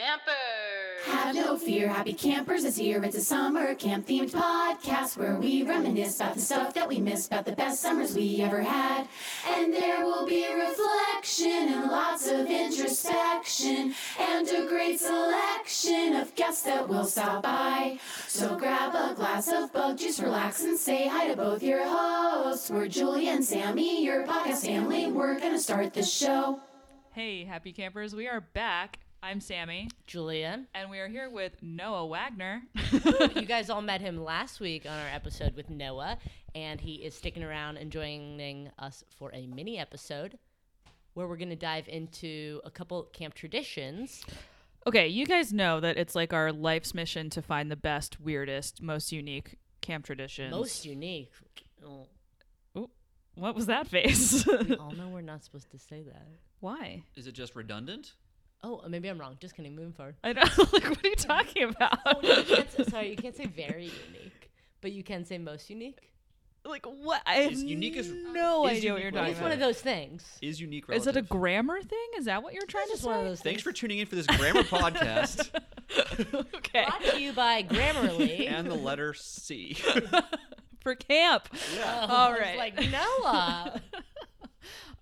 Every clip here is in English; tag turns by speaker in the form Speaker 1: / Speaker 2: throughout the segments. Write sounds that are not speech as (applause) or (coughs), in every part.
Speaker 1: campers.
Speaker 2: Have no fear, Happy Campers is here. It's a summer camp themed podcast where we reminisce about the stuff that we miss, about the best summers we ever had. And there will be reflection and lots of introspection and a great selection of guests that will stop by. So grab a glass of bug juice, relax, and say hi to both your hosts. We're Julie and Sammy, your podcast family. We're going to start the show.
Speaker 3: Hey, happy campers. We are back. I'm Sammy,
Speaker 4: Julia.
Speaker 3: and we are here with Noah Wagner. (laughs)
Speaker 4: You guys all met him last week on our episode with Noah, and he is sticking around and joining us for a mini episode where we're going to dive into a couple camp traditions.
Speaker 3: okay, you guys know that it's like our life's mission to find the best, weirdest, most unique camp traditions.
Speaker 4: Most unique. Oh,
Speaker 3: What was that face? (laughs)
Speaker 4: we all know we're not supposed to say that.
Speaker 3: Why?
Speaker 5: Is it just redundant?
Speaker 4: Oh, maybe I'm wrong. Just kidding. Moving forward.
Speaker 3: I don't (laughs) like what are you talking about?
Speaker 4: Oh, no, you can't, say- sorry, you can't say very unique, but you can say most unique.
Speaker 3: (laughs) like what? I have
Speaker 5: Is unique is-
Speaker 3: no
Speaker 5: is
Speaker 3: idea what
Speaker 5: unique
Speaker 3: you're talking
Speaker 4: It's one of
Speaker 3: about.
Speaker 4: those things.
Speaker 5: Is unique
Speaker 3: Is
Speaker 5: relative.
Speaker 3: it a grammar thing? Is that what you're trying
Speaker 4: It's
Speaker 3: to
Speaker 4: just
Speaker 3: say?
Speaker 4: one of those
Speaker 5: Thanks for
Speaker 4: things.
Speaker 5: tuning in for
Speaker 3: (laughs)
Speaker 5: this grammar podcast
Speaker 3: okay.
Speaker 4: Brought to you by Grammarly.
Speaker 5: (laughs) and the letter C.
Speaker 3: For camp.
Speaker 4: Oh,
Speaker 3: All
Speaker 4: I was
Speaker 3: right.
Speaker 4: like, Noah.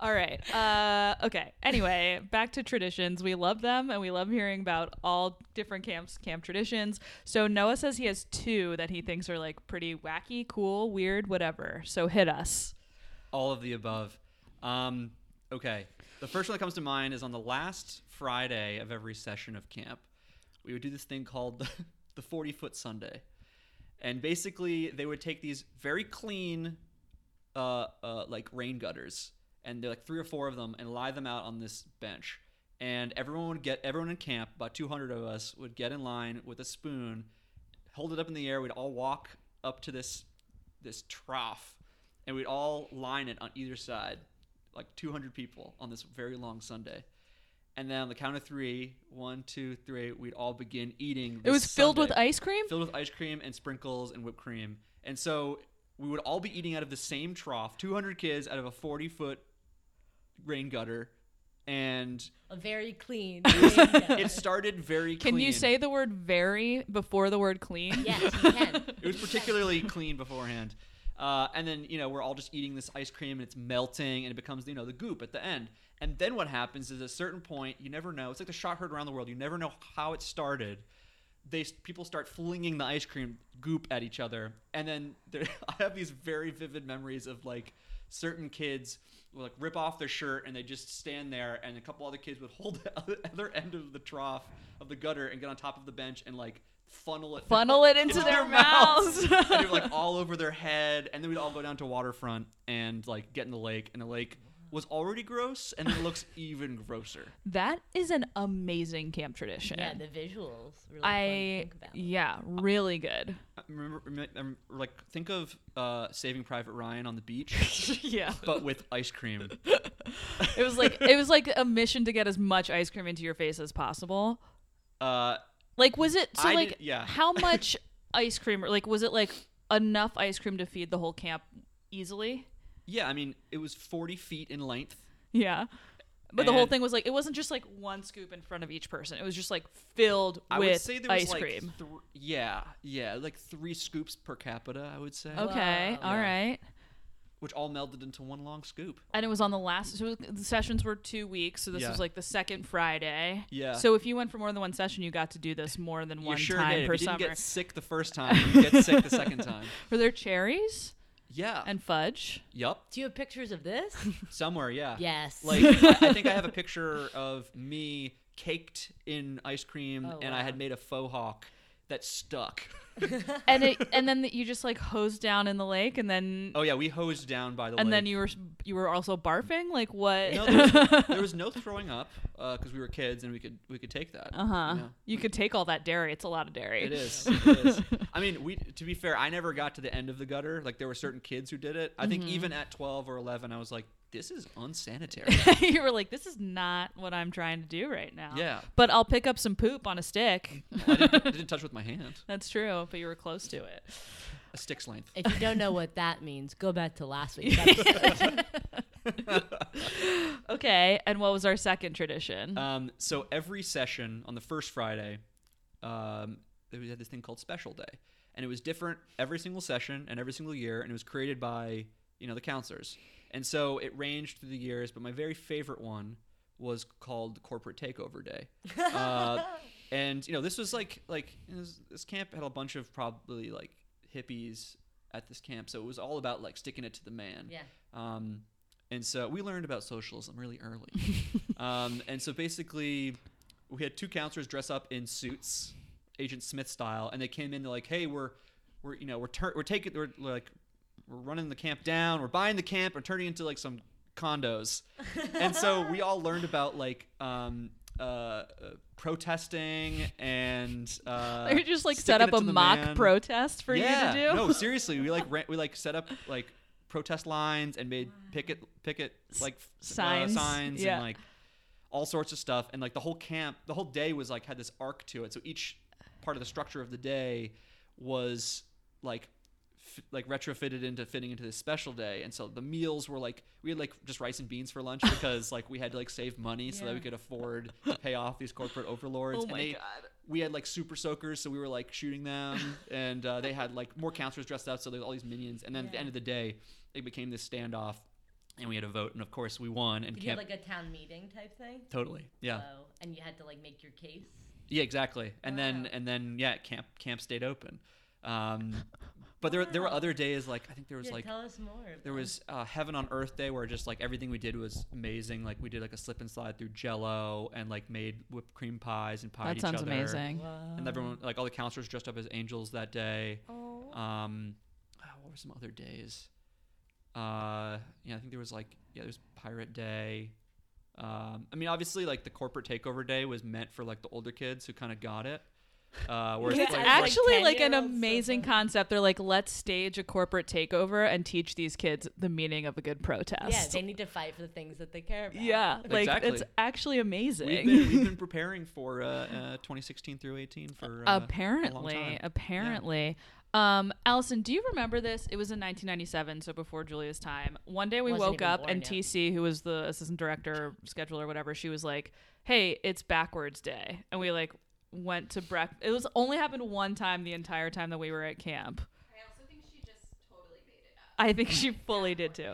Speaker 3: All right. Uh, okay. Anyway, back to traditions. We love them and we love hearing about all different camps, camp traditions. So Noah says he has two that he thinks are like pretty wacky, cool, weird, whatever. So hit us.
Speaker 5: (laughs) All of the above. Um, okay. The first one that comes to mind is on the last Friday of every session of camp, we would do this thing called (laughs) the 40 foot Sunday. And basically, they would take these very clean, uh, uh, like rain gutters, and they're like three or four of them, and lie them out on this bench. And everyone would get, everyone in camp, about 200 of us, would get in line with a spoon, hold it up in the air. We'd all walk up to this, this trough, and we'd all line it on either side, like 200 people on this very long Sunday. And then on the count of three, one, two, three, we'd all begin eating.
Speaker 3: It
Speaker 5: this
Speaker 3: was filled with
Speaker 5: Sunday
Speaker 3: ice cream.
Speaker 5: filled with ice cream and sprinkles and whipped cream. And so we would all be eating out of the same trough, 200 kids out of a 40 foot rain gutter. And
Speaker 4: A
Speaker 3: (laughs)
Speaker 4: very clean.
Speaker 5: it started very
Speaker 3: Can
Speaker 5: clean.
Speaker 3: you say the word very before the word clean?
Speaker 4: yes, you can.
Speaker 5: It was particularly clean beforehand. Uh, and then, you know, we're all just eating this ice cream and it's melting and it becomes, you know, the goop at the end. And then what happens is at a certain point, you never know. It's like the shot heard around the world. You never know how it started. They people start flinging the ice cream goop at each other, and then there, (laughs) I have these very vivid memories of like certain kids will like rip off their shirt and they just stand there, and a couple other kids would hold (laughs) the other- other end of the trough of the gutter and get on top of the bench and like funnel it
Speaker 3: (laughs) Funnel it into their (laughs) mouths.
Speaker 5: and it was like all over their head. And then we'd all go down to waterfront and like get in the lake. And the lake was already gross, and it
Speaker 3: (laughs)
Speaker 5: looks even grosser.
Speaker 3: That is an amazing camp tradition.
Speaker 4: Yeah, the visuals. Really
Speaker 3: I
Speaker 4: fun to think about.
Speaker 3: yeah, really good.
Speaker 5: I Uh, Remember, remember, um, like think of uh, Saving Private Ryan on the beach,
Speaker 3: (laughs) (laughs) yeah.
Speaker 5: but with ice cream.
Speaker 3: It was like it was like a mission to get as much ice cream into your face as possible.
Speaker 5: Uh,
Speaker 3: Like, was it so?
Speaker 5: I
Speaker 3: like,
Speaker 5: did- yeah. (laughs)
Speaker 3: how much ice cream? Like, was it like enough ice cream to feed the whole camp easily?
Speaker 5: yeah, I mean it was forty feet in length.
Speaker 3: Yeah. But the whole
Speaker 5: And-
Speaker 3: thing was like it wasn't just like one scoop in front of each person. It was just like filled
Speaker 5: I
Speaker 3: with
Speaker 5: would say there was
Speaker 3: ice
Speaker 5: like
Speaker 3: cream.
Speaker 5: thr- yeah, yeah, like three scoops per capita. I would say,
Speaker 3: Okay,
Speaker 4: Wow.
Speaker 3: all right.
Speaker 5: uh, Yeah. which all melded into one long scoop.
Speaker 3: And it was on the last. So the sessions were two weeks, so this
Speaker 5: Yeah.
Speaker 3: was like the second Friday.
Speaker 5: Yeah.
Speaker 3: So if you went for more than one session, you got to do this more than
Speaker 5: you
Speaker 3: one
Speaker 5: sure
Speaker 3: time
Speaker 5: did.
Speaker 3: per
Speaker 5: if you
Speaker 3: summer.
Speaker 5: didn't get sick
Speaker 3: (laughs)
Speaker 5: the first time, you get sick the second time.
Speaker 3: Were there cherries
Speaker 5: Yeah.
Speaker 3: and
Speaker 5: (laughs)
Speaker 3: fudge?
Speaker 5: Yup.
Speaker 4: Do you have pictures
Speaker 3: (laughs)
Speaker 4: of this?
Speaker 5: Somewhere, yeah.
Speaker 4: yes.
Speaker 5: Like I, I think I have a picture of me caked in ice cream,
Speaker 4: Oh,
Speaker 5: and I
Speaker 4: wow.
Speaker 5: had made a faux hawk that stuck.
Speaker 3: And it and then you just like hosed down in the lake, and then
Speaker 5: oh yeah, we hosed down by the.
Speaker 3: and then
Speaker 5: lake.
Speaker 3: you were you were also barfing like what (laughs)
Speaker 5: No, there, was, there was no throwing up because we were kids and we could we could take that.
Speaker 3: uh-huh
Speaker 5: you know?
Speaker 3: you could take all that dairy it's a lot of dairy (laughs)
Speaker 5: It is. It is. I mean, we to be fair, I never got to the end of the gutter. Like there were certain kids who did it. I think even at twelve or eleven, I was like, "This is unsanitary."
Speaker 3: you were like this is not what i'm trying to do right now
Speaker 5: Yeah.
Speaker 3: but i'll pick up some poop on a stick
Speaker 5: (laughs) I didn't, I didn't touch with my hand,
Speaker 3: that's true but you were close to it
Speaker 5: a stick's length.
Speaker 3: (laughs)
Speaker 4: if you don't know what that means, go back to last week's episode.
Speaker 3: okay, and what was our second tradition? (laughs)
Speaker 5: Um, so every session on the first Friday, um, we had this thing called Special Day, and it was different every single session and every single year, and it was created by you know the counselors, and so it ranged through the years. But my very favorite one was called Corporate Takeover Day, uh, and you know this was like like this, this camp had a bunch of probably like hippies at this camp, so it was all about like sticking it to the man.
Speaker 4: Yeah.
Speaker 5: Um, and so we learned about socialism really early.
Speaker 3: (laughs)
Speaker 5: um, and so basically, we had two counselors dress up in suits, Agent Smith style, and they came in they're like, "Hey, we're we're you know we're tur- we're taking we're like we're running the camp down, we're buying the camp, we're turning into like some condos." and so
Speaker 3: (laughs)
Speaker 5: we all learned about like. Um, uh, uh, protesting and uh,
Speaker 3: They just like set
Speaker 5: sticking
Speaker 3: up
Speaker 5: it
Speaker 3: a
Speaker 5: to the
Speaker 3: mock
Speaker 5: man
Speaker 3: protest for
Speaker 5: yeah.
Speaker 3: you to do. (laughs) Oh
Speaker 5: No, seriously, we like ran, we like set up like protest lines and made picket picket like f- uh,
Speaker 3: signs.
Speaker 5: signs
Speaker 3: Yeah.
Speaker 5: and like all sorts of stuff and like the whole camp the whole day was like had this arc to it so each part of the structure of the day was like f- like retrofitted into fitting into this special day and so the meals were like we had like just rice and beans for lunch because like we had to like save money so that we could afford to pay off these corporate
Speaker 3: (laughs)
Speaker 5: overlords
Speaker 3: Oh
Speaker 5: and
Speaker 3: my
Speaker 5: they-
Speaker 3: God.
Speaker 5: we had like super soakers, so we were like shooting them,
Speaker 4: (laughs)
Speaker 5: and uh, they had like more counselors dressed up, so there was all these minions. And then at the end of the day, it became this standoff, and we had a vote, and of course we won. And
Speaker 4: Did you have
Speaker 5: camp
Speaker 4: like a town meeting type thing?
Speaker 5: totally, yeah,
Speaker 4: Oh, and you had to like make your case.
Speaker 5: yeah, exactly. And then
Speaker 4: Wow.
Speaker 5: and then yeah, camp camp stayed open, um, but there there were
Speaker 4: Wow.
Speaker 5: other days like I think there was
Speaker 4: Yeah,
Speaker 5: like
Speaker 4: tell us more. of
Speaker 5: there
Speaker 4: them.
Speaker 5: was uh, Heaven on Earth Day where just like everything we did was amazing. Like we did like a slip and slide through Jello and like made whipped cream pies and pie
Speaker 3: That sounds amazing.
Speaker 5: and everyone like all the counselors dressed up as angels that day.
Speaker 3: Oh.
Speaker 5: Um, ah, what were some other days? Uh, yeah, I think there was like yeah, there was Pirate Day. Um, I mean, obviously, like the corporate takeover day was meant for like the older kids who kind of got it. Uh,
Speaker 3: (laughs)
Speaker 5: whereas,
Speaker 3: It's
Speaker 5: like,
Speaker 3: actually
Speaker 4: like
Speaker 3: like an
Speaker 4: 10-year-olds
Speaker 3: amazing
Speaker 4: sometimes.
Speaker 3: concept. They're like, let's stage a corporate takeover and teach these kids the meaning of a good
Speaker 4: Yeah,
Speaker 3: protest.
Speaker 4: they need to fight for the things that they care about.
Speaker 3: Yeah, like
Speaker 5: Exactly.
Speaker 3: it's actually amazing. (laughs)
Speaker 5: we've been, we've been preparing for uh, uh, 2016 through 18 for uh, a long
Speaker 3: apparently,
Speaker 5: time.
Speaker 3: apparently. Um, Allison, do you remember this? It was in 1997, so before Julia's time. One day we
Speaker 4: Wasn't
Speaker 3: woke
Speaker 4: even
Speaker 3: up
Speaker 4: born
Speaker 3: and
Speaker 4: yet.
Speaker 3: TC, who was the assistant director, scheduler, whatever, she was like, "Hey, it's backwards day," and we like went to breakfast. It was only happened one time the entire time that we were at camp.
Speaker 1: I also think she just totally made it up.
Speaker 3: I think she fully did too.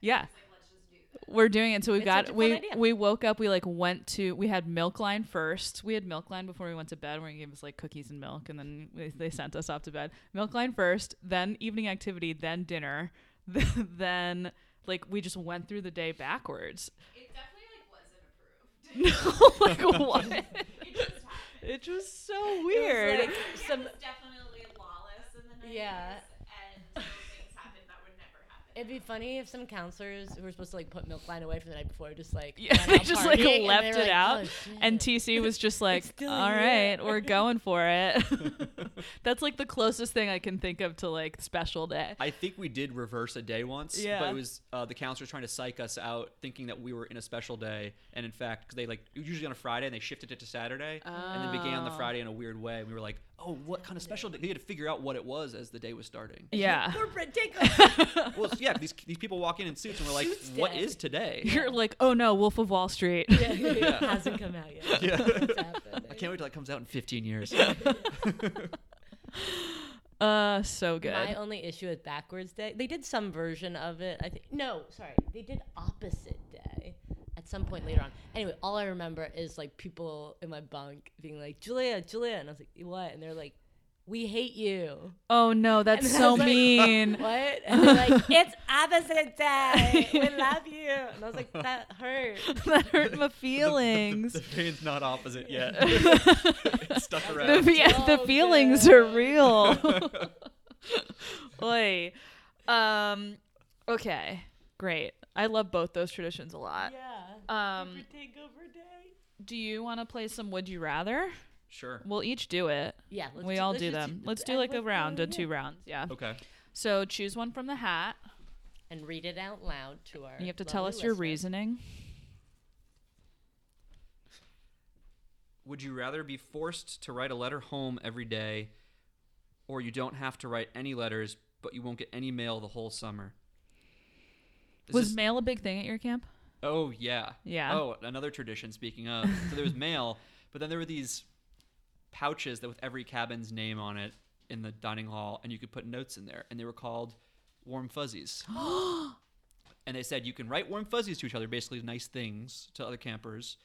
Speaker 3: Yeah.
Speaker 1: Like, let's just do this.
Speaker 3: We're doing it. So we
Speaker 4: It's such a
Speaker 3: got
Speaker 4: fun
Speaker 3: we
Speaker 4: idea.
Speaker 3: we woke up. We like went to we had milk line first. We had milk line before we went to bed. Where they gave us like cookies and milk, and then they, they sent us off to bed. Milk line first, then evening activity, then dinner, (laughs) then like we just went through the day backwards. (laughs)
Speaker 1: It definitely like wasn't approved.
Speaker 3: like (laughs)
Speaker 1: (laughs)
Speaker 3: what?
Speaker 4: (laughs)
Speaker 1: It just happened.
Speaker 3: It was so
Speaker 4: It was,
Speaker 3: weird.
Speaker 4: like, (laughs)
Speaker 1: Some
Speaker 4: some,
Speaker 1: was definitely lawless in the 90s.
Speaker 4: Yeah.
Speaker 1: And so things happened that would never happen.
Speaker 4: it'd be funny if some counselors who were supposed to like put milk line away from the night before just
Speaker 3: (laughs)
Speaker 4: like
Speaker 3: yeah,
Speaker 4: went
Speaker 3: they
Speaker 4: out
Speaker 3: just like
Speaker 4: partying, and
Speaker 3: left
Speaker 4: they
Speaker 3: it
Speaker 4: were like,
Speaker 3: out,
Speaker 4: "Oh, shit."
Speaker 3: and TC was just
Speaker 4: (laughs)
Speaker 3: like,
Speaker 4: still
Speaker 3: "All
Speaker 4: here."
Speaker 3: right, we're going for
Speaker 4: (laughs)
Speaker 3: it." (laughs) That's like the closest thing I can think of to like special day.
Speaker 5: I think we did reverse a day once, but
Speaker 3: Yeah.
Speaker 5: it was uh, the counselors trying to psych us out, thinking that we were in a special day, and in fact, 'cause they like it was usually on a Friday and they shifted it to Saturday, and then began on the
Speaker 3: Oh.
Speaker 5: Friday in a weird way. And we were like, "Oh, what kind of special day?" We had to figure out what it was as the day was starting.
Speaker 3: (laughs)
Speaker 4: (laughs)
Speaker 3: Yeah. (laughs)
Speaker 4: corporate takeover.
Speaker 5: well, it's- yeah, these these people walk in in suits, and we're like,
Speaker 4: Suits
Speaker 5: "What
Speaker 4: day."
Speaker 5: is today?"
Speaker 3: (laughs) You're like, "Oh no, Wolf of Wall Street."
Speaker 4: yeah, (laughs) hasn't come out yet.
Speaker 5: (laughs) Yeah.
Speaker 4: It's happening.
Speaker 5: (laughs) I can't wait till it comes out in
Speaker 3: (laughs)
Speaker 5: 15 years.
Speaker 3: (laughs)
Speaker 5: (laughs)
Speaker 3: Uh, so good.
Speaker 4: My only issue with backwards day, they did some version of it. I think no, sorry, they did opposite day at some point later on. Anyway, all I remember is like people in my bunk being like, "Julia, Julia," and I was like, "What?" And they're like, "We hate (laughs) you."
Speaker 3: oh no, that's
Speaker 4: And I
Speaker 3: so
Speaker 4: was like, (laughs)
Speaker 3: mean.
Speaker 4: What? And they're like, "It's opposite day. We love you." And I was like, "That (laughs) hurt."
Speaker 3: (laughs) that hurt my feelings.
Speaker 5: (laughs) the
Speaker 3: The,
Speaker 5: van's not
Speaker 3: (laughs)
Speaker 5: opposite yet. (laughs) It's stuck
Speaker 3: the,
Speaker 5: around.
Speaker 3: fe- the
Speaker 4: So
Speaker 3: feelings
Speaker 4: good.
Speaker 3: are real.
Speaker 4: (laughs)
Speaker 3: (laughs) Oi. Um. Okay. Great. I love both those traditions a lot.
Speaker 4: Yeah.
Speaker 3: Um.
Speaker 4: takeover day.
Speaker 3: Do you want to play some Would You Rather?
Speaker 5: Sure.
Speaker 3: We'll each do it.
Speaker 4: Yeah. let's
Speaker 3: we all
Speaker 4: let's
Speaker 3: do
Speaker 4: just
Speaker 3: them. Let's
Speaker 4: I
Speaker 3: do like a
Speaker 4: love
Speaker 3: round, a
Speaker 4: doing
Speaker 3: two
Speaker 4: it.
Speaker 3: rounds. Yeah.
Speaker 5: Okay.
Speaker 3: So choose one from the hat.
Speaker 4: And read it out loud to our.
Speaker 3: You have to tell
Speaker 4: lovely
Speaker 3: us your
Speaker 4: listeners.
Speaker 3: reasoning.
Speaker 5: Would you rather be forced to write a letter home every day, or you don't have to write any letters, but you won't get any mail the whole summer? This
Speaker 3: Was
Speaker 4: (laughs)
Speaker 5: is-
Speaker 3: mail a big thing at your camp?
Speaker 5: Oh yeah.
Speaker 3: Yeah.
Speaker 5: Oh, another tradition. Speaking of, so there was mail, but then there were these pouches that with every cabin's name on it in the dining hall, and you could put notes in there, and they were called warm fuzzies. and they said you can write warm fuzzies to each other, basically nice things to other campers,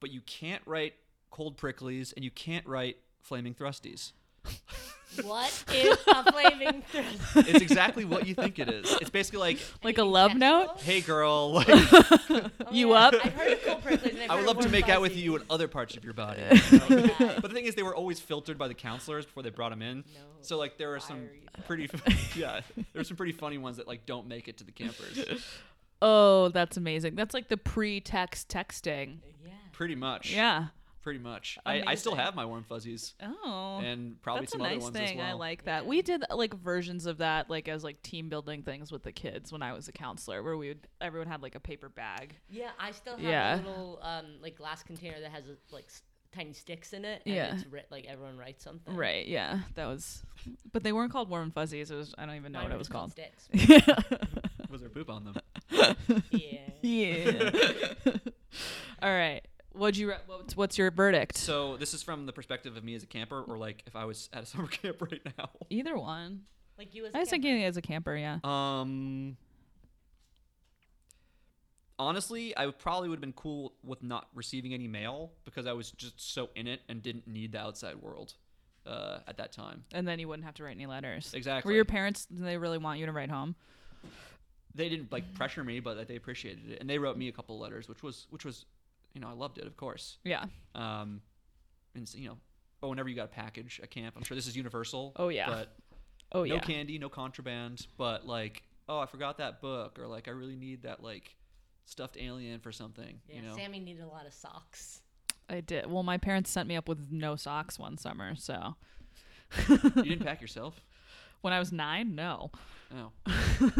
Speaker 5: but you can't write cold pricklies, and you can't write flaming thrusties.
Speaker 4: What is a flaming thrust?
Speaker 5: It's exactly what you think it is. It's basically like,
Speaker 3: Like a love note?
Speaker 5: hey girl, like,
Speaker 4: Oh,
Speaker 3: (laughs) You
Speaker 4: yeah.
Speaker 3: up?
Speaker 4: (laughs) I've heard of cold pricklies and I've
Speaker 5: I
Speaker 4: heard
Speaker 5: would
Speaker 4: of
Speaker 5: love to
Speaker 4: warm
Speaker 5: make out with
Speaker 4: fuzzies.
Speaker 5: you in other
Speaker 3: (laughs)
Speaker 5: parts of your body. you know?
Speaker 4: Yeah.
Speaker 5: (laughs) But the thing is, they were always filtered by the counselors before they brought them in. so like there are some
Speaker 3: (laughs)
Speaker 4: fiery
Speaker 5: pretty, yeah, there's some pretty funny ones that like don't make it to the campers.
Speaker 3: (laughs) Oh, that's amazing. That's like the pre-text texting.
Speaker 4: Yeah.
Speaker 5: Pretty much.
Speaker 3: Yeah.
Speaker 5: Pretty much. I, I still
Speaker 3: Amazing.
Speaker 5: have my warm fuzzies
Speaker 3: Oh.
Speaker 5: and probably
Speaker 3: that's
Speaker 5: some
Speaker 3: a nice
Speaker 5: other ones
Speaker 3: thing.
Speaker 5: as well.
Speaker 3: I like that. We did like versions of that, like as like team building things with the kids when I was a counselor, where we would everyone had like a paper bag.
Speaker 4: Yeah, I still have
Speaker 3: Yeah.
Speaker 4: a little um, like glass container that has uh, like s- tiny sticks in it. And
Speaker 3: Yeah.
Speaker 4: It's writ- like everyone writes something.
Speaker 3: Right. Yeah. That
Speaker 5: (laughs)
Speaker 3: was, but they weren't called warm and fuzzies. It was I don't even know
Speaker 4: Mine
Speaker 3: what
Speaker 4: were
Speaker 3: it was
Speaker 4: just called
Speaker 3: called.
Speaker 4: Sticks.
Speaker 5: Was there poop on them?
Speaker 3: (laughs)
Speaker 4: yeah.
Speaker 3: (laughs)
Speaker 4: (laughs)
Speaker 3: yeah. All right. What'd you? Re- what's, what's your verdict?
Speaker 5: So this is from the perspective of me as a camper, or like if I was at a summer (laughs) camp right now.
Speaker 3: Either one.
Speaker 4: Like you as
Speaker 3: I
Speaker 4: a
Speaker 3: was
Speaker 4: camper.
Speaker 3: thinking as a camper. Yeah.
Speaker 5: Um. Honestly, I would probably would have been cool with not receiving any mail because I was just so in it and didn't need the outside world uh, at that time.
Speaker 3: And then you wouldn't have to write any letters.
Speaker 5: Exactly.
Speaker 3: Were your parents? Did they really want you to write home?
Speaker 5: they didn't like pressure me, but they appreciated it, and they wrote me a couple letters, which was which was, you know, I loved it, of course.
Speaker 3: Yeah.
Speaker 5: Um, and s- you know, oh, whenever you got a package at camp, I'm sure this is universal.
Speaker 3: Oh, yeah.
Speaker 5: But
Speaker 3: Oh
Speaker 5: no
Speaker 3: yeah.
Speaker 5: candy, no contraband, but like, oh, I forgot that book, or like, I really need that like stuffed alien for something.
Speaker 4: Yeah.
Speaker 5: you know,
Speaker 4: Sammy needed a lot of socks.
Speaker 3: I did. Well, my parents sent me up with no socks one summer. So
Speaker 5: you didn't pack yourself.
Speaker 3: when I was nine, no. (laughs)
Speaker 5: Oh,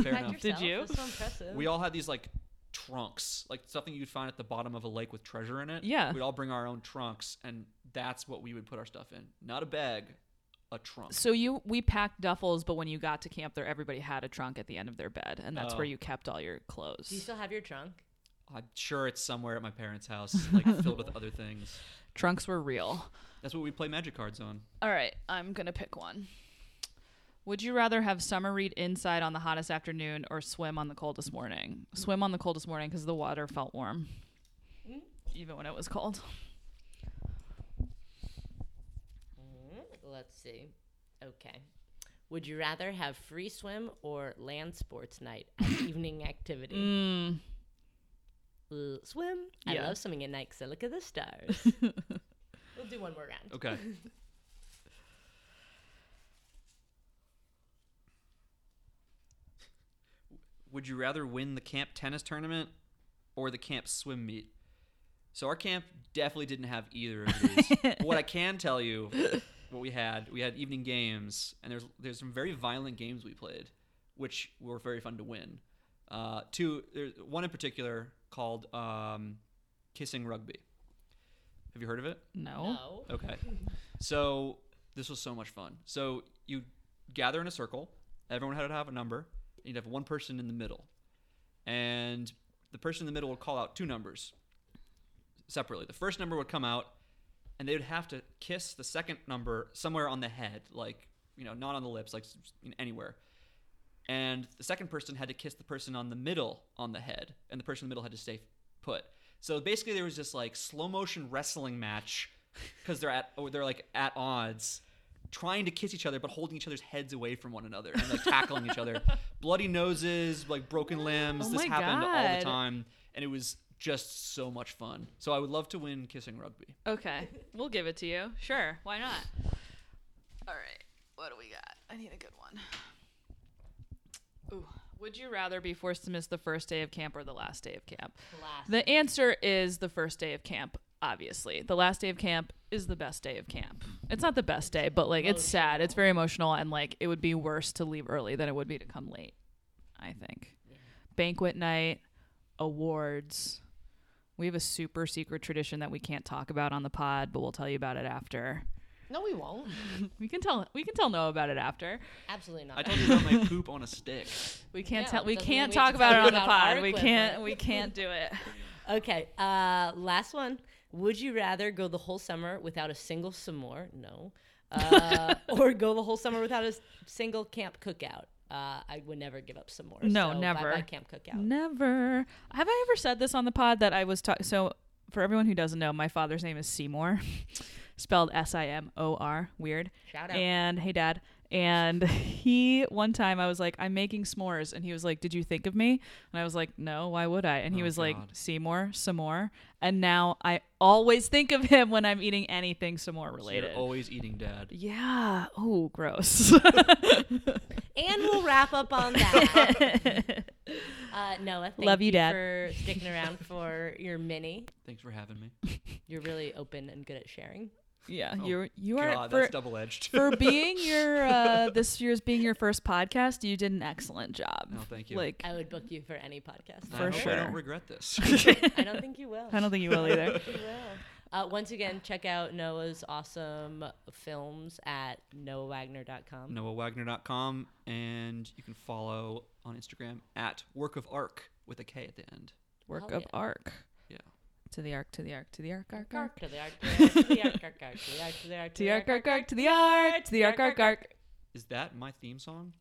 Speaker 5: fair
Speaker 4: Packed
Speaker 5: enough.
Speaker 3: Did
Speaker 4: yourself?
Speaker 3: you?
Speaker 4: That's so impressive.
Speaker 5: We all had these like trunks, like something you'd find at the bottom of a lake with treasure in it.
Speaker 3: Yeah.
Speaker 5: We'd all bring our own trunks, and that's what we would put our stuff in. Not a bag, a trunk.
Speaker 3: So you we packed duffels, but when you got to camp there, everybody had a trunk at the end of their bed, and that's
Speaker 5: Oh.
Speaker 3: where you kept all your clothes.
Speaker 4: Do you still have your trunk?
Speaker 5: I'm sure it's somewhere at my parents' house, like filled with other things.
Speaker 3: Trunks were real.
Speaker 5: That's what we play magic cards on.
Speaker 3: All right, I'm gonna pick one. Would you rather have summer read inside on the hottest afternoon or swim on the coldest morning? Swim on the coldest morning because the water felt warm, Hmm? even when it was cold.
Speaker 4: Mm, Let's see. Okay. Would you rather have free swim or land sports night
Speaker 3: (coughs)
Speaker 4: as evening activity?
Speaker 3: Mm.
Speaker 4: Ugh, swim.
Speaker 3: Yeah.
Speaker 4: I love swimming at night 'cause I look at
Speaker 3: (laughs)
Speaker 4: the stars. we'll do one more (laughs) round.
Speaker 5: Okay. Would you rather win the camp tennis tournament or the camp swim meet? So our camp definitely didn't have either of these. But what I can tell you, what we had, we had evening games, and there's there's some very violent games we played, which were very fun to win. Uh, two, there's one in particular called um, kissing rugby. Have you heard of it?
Speaker 3: No.
Speaker 4: No.
Speaker 5: Okay. So this was so much fun. So you gather in a circle. Everyone had to have a number. And you'd have one person in the middle, and the person in the middle would call out two numbers separately. The first number would come out, and they would have to kiss the second number somewhere on the head, like you know, not on the lips, like s- you know, anywhere. And the second person had to kiss the person on the middle on the head, and the person in the middle had to stay put. So basically, there was this like slow motion wrestling match because they're at or they're like at odds, trying to kiss each other but holding each other's heads away from one another and like tackling
Speaker 3: (laughs)
Speaker 5: each other, bloody noses, like broken limbs.
Speaker 3: Oh
Speaker 5: this
Speaker 3: my
Speaker 5: happened all
Speaker 3: God.
Speaker 5: the time, and it was just so much fun. So I would love to win kissing rugby.
Speaker 3: Okay, we'll give it to you. Sure, why not? All right, what do we got? I need a good one. Ooh, would you rather be forced to miss the first day of camp or the last day of camp?
Speaker 4: Last.
Speaker 3: The answer is the first day of camp, obviously. The last day of camp is the best day of camp. It's not the best day, but like it's sad. It's very emotional and like it would be worse to leave early than it would be to come late, I think. Banquet night, awards. We have a super secret tradition that we can't talk about on the pod, but we'll tell you about it after.
Speaker 4: No,
Speaker 3: (laughs)
Speaker 4: we won't.
Speaker 3: We can tell we can tell Noah about it after.
Speaker 4: Absolutely not.
Speaker 5: I told you about my poop on a stick. (laughs)
Speaker 3: We can't
Speaker 4: Yeah,
Speaker 3: tell we
Speaker 4: doesn't mean
Speaker 3: can't
Speaker 4: we (laughs)
Speaker 3: talk
Speaker 4: have to tell
Speaker 3: about it
Speaker 4: you
Speaker 3: on the
Speaker 4: about our
Speaker 3: pod. We
Speaker 4: equipment. (laughs)
Speaker 3: can't we can't do it.
Speaker 4: Okay, uh, last one. Would you rather go the whole summer without a single s'more? No.
Speaker 3: (laughs)
Speaker 4: Uh, or go the whole summer without a s- single camp cookout? Uh, I would never give up s'mores.
Speaker 3: No,
Speaker 4: so
Speaker 3: never.
Speaker 4: Bye-bye camp cookout.
Speaker 3: Never. Have I ever said this on the pod that I was talking? So, for everyone who doesn't know, my father's name is Seymour, (laughs) spelled S I M O R. Weird.
Speaker 4: Shout out.
Speaker 3: And hey, Dad. And he, one time, I was like, I'm making s'mores. And he was like, Did you think of me? And I was like, No, why would I? And he
Speaker 5: Oh,
Speaker 3: was like,
Speaker 5: God.
Speaker 3: Seymour, some more. And now I always think of him when I'm eating anything some more
Speaker 5: You're
Speaker 3: related.
Speaker 5: always eating dad.
Speaker 3: yeah. Oh,
Speaker 5: (laughs)
Speaker 3: gross. (laughs)
Speaker 4: And we'll wrap up
Speaker 3: (laughs)
Speaker 4: on that. uh, Noah, thank
Speaker 3: Love you, Dad.
Speaker 4: for sticking around for your mini.
Speaker 5: Thanks for having me.
Speaker 4: You're really open and good at sharing.
Speaker 3: yeah.
Speaker 5: Oh,
Speaker 3: you you are
Speaker 5: God,
Speaker 3: for-
Speaker 5: that's double edged.
Speaker 3: for being your uh, this year's being your first podcast, you did an excellent job.
Speaker 5: (laughs) No, Oh, thank you.
Speaker 3: Like,
Speaker 4: I would book you for any podcast.
Speaker 3: for
Speaker 5: I hope I
Speaker 3: sure.
Speaker 5: don't
Speaker 3: (laughs)
Speaker 5: regret this.
Speaker 4: I don't think you will.
Speaker 3: I don't think you will (laughs) either.
Speaker 4: You will. Uh, once again, check out Noah's awesome films at noahwagner.com.
Speaker 5: NoahWagner.com, and you can follow on Instagram at Work of Arc with a K at the end.
Speaker 3: Work
Speaker 4: Hell
Speaker 3: of
Speaker 4: yeah.
Speaker 3: arc.
Speaker 5: Yeah.
Speaker 3: To the arc, to the arc, to the arc, arc, arc.
Speaker 4: To the
Speaker 3: (laughs)
Speaker 4: arc, to the arc, arc, arc, to the arc, to the arc,
Speaker 3: To the arc, arc, arc, to the arc, to the arc, arc, arc.
Speaker 5: Is that my theme song?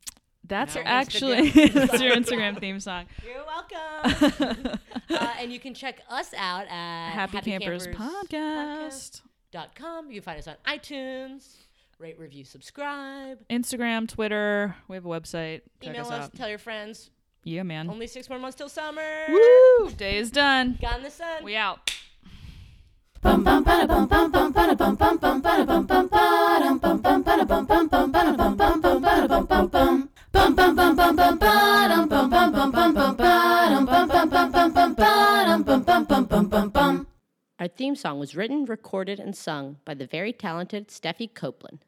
Speaker 3: That's
Speaker 5: Now-
Speaker 3: actually (laughs)
Speaker 4: Instagram.
Speaker 3: that's your Instagram theme song. (laughs)
Speaker 4: You're welcome. uh, and you can check us out at
Speaker 3: Happy, Campers, podcast.
Speaker 4: podcast.com. You can find us on iTunes. Rate, review, subscribe.
Speaker 3: Instagram, Twitter. We have a website. Check
Speaker 4: Email
Speaker 3: us Oh
Speaker 4: us.
Speaker 3: out.
Speaker 4: Tell your friends.
Speaker 3: yeah, man.
Speaker 4: Only six more months till summer.
Speaker 3: Woo! Day is done.
Speaker 4: Got in the sun.
Speaker 3: We out.
Speaker 2: Bum bum bada bum bum bum bada bum bum bum bada bum bum bada bum bum bada bum bum bum bada bum bum bum bada bum bum bum bum bum bum bum bum bada bum bum bum bum bum bada bum bum bum bum bum bada bum bum bum bum bum bum.
Speaker 4: Our theme song was written, recorded, and sung by the very talented Steffi Copeland.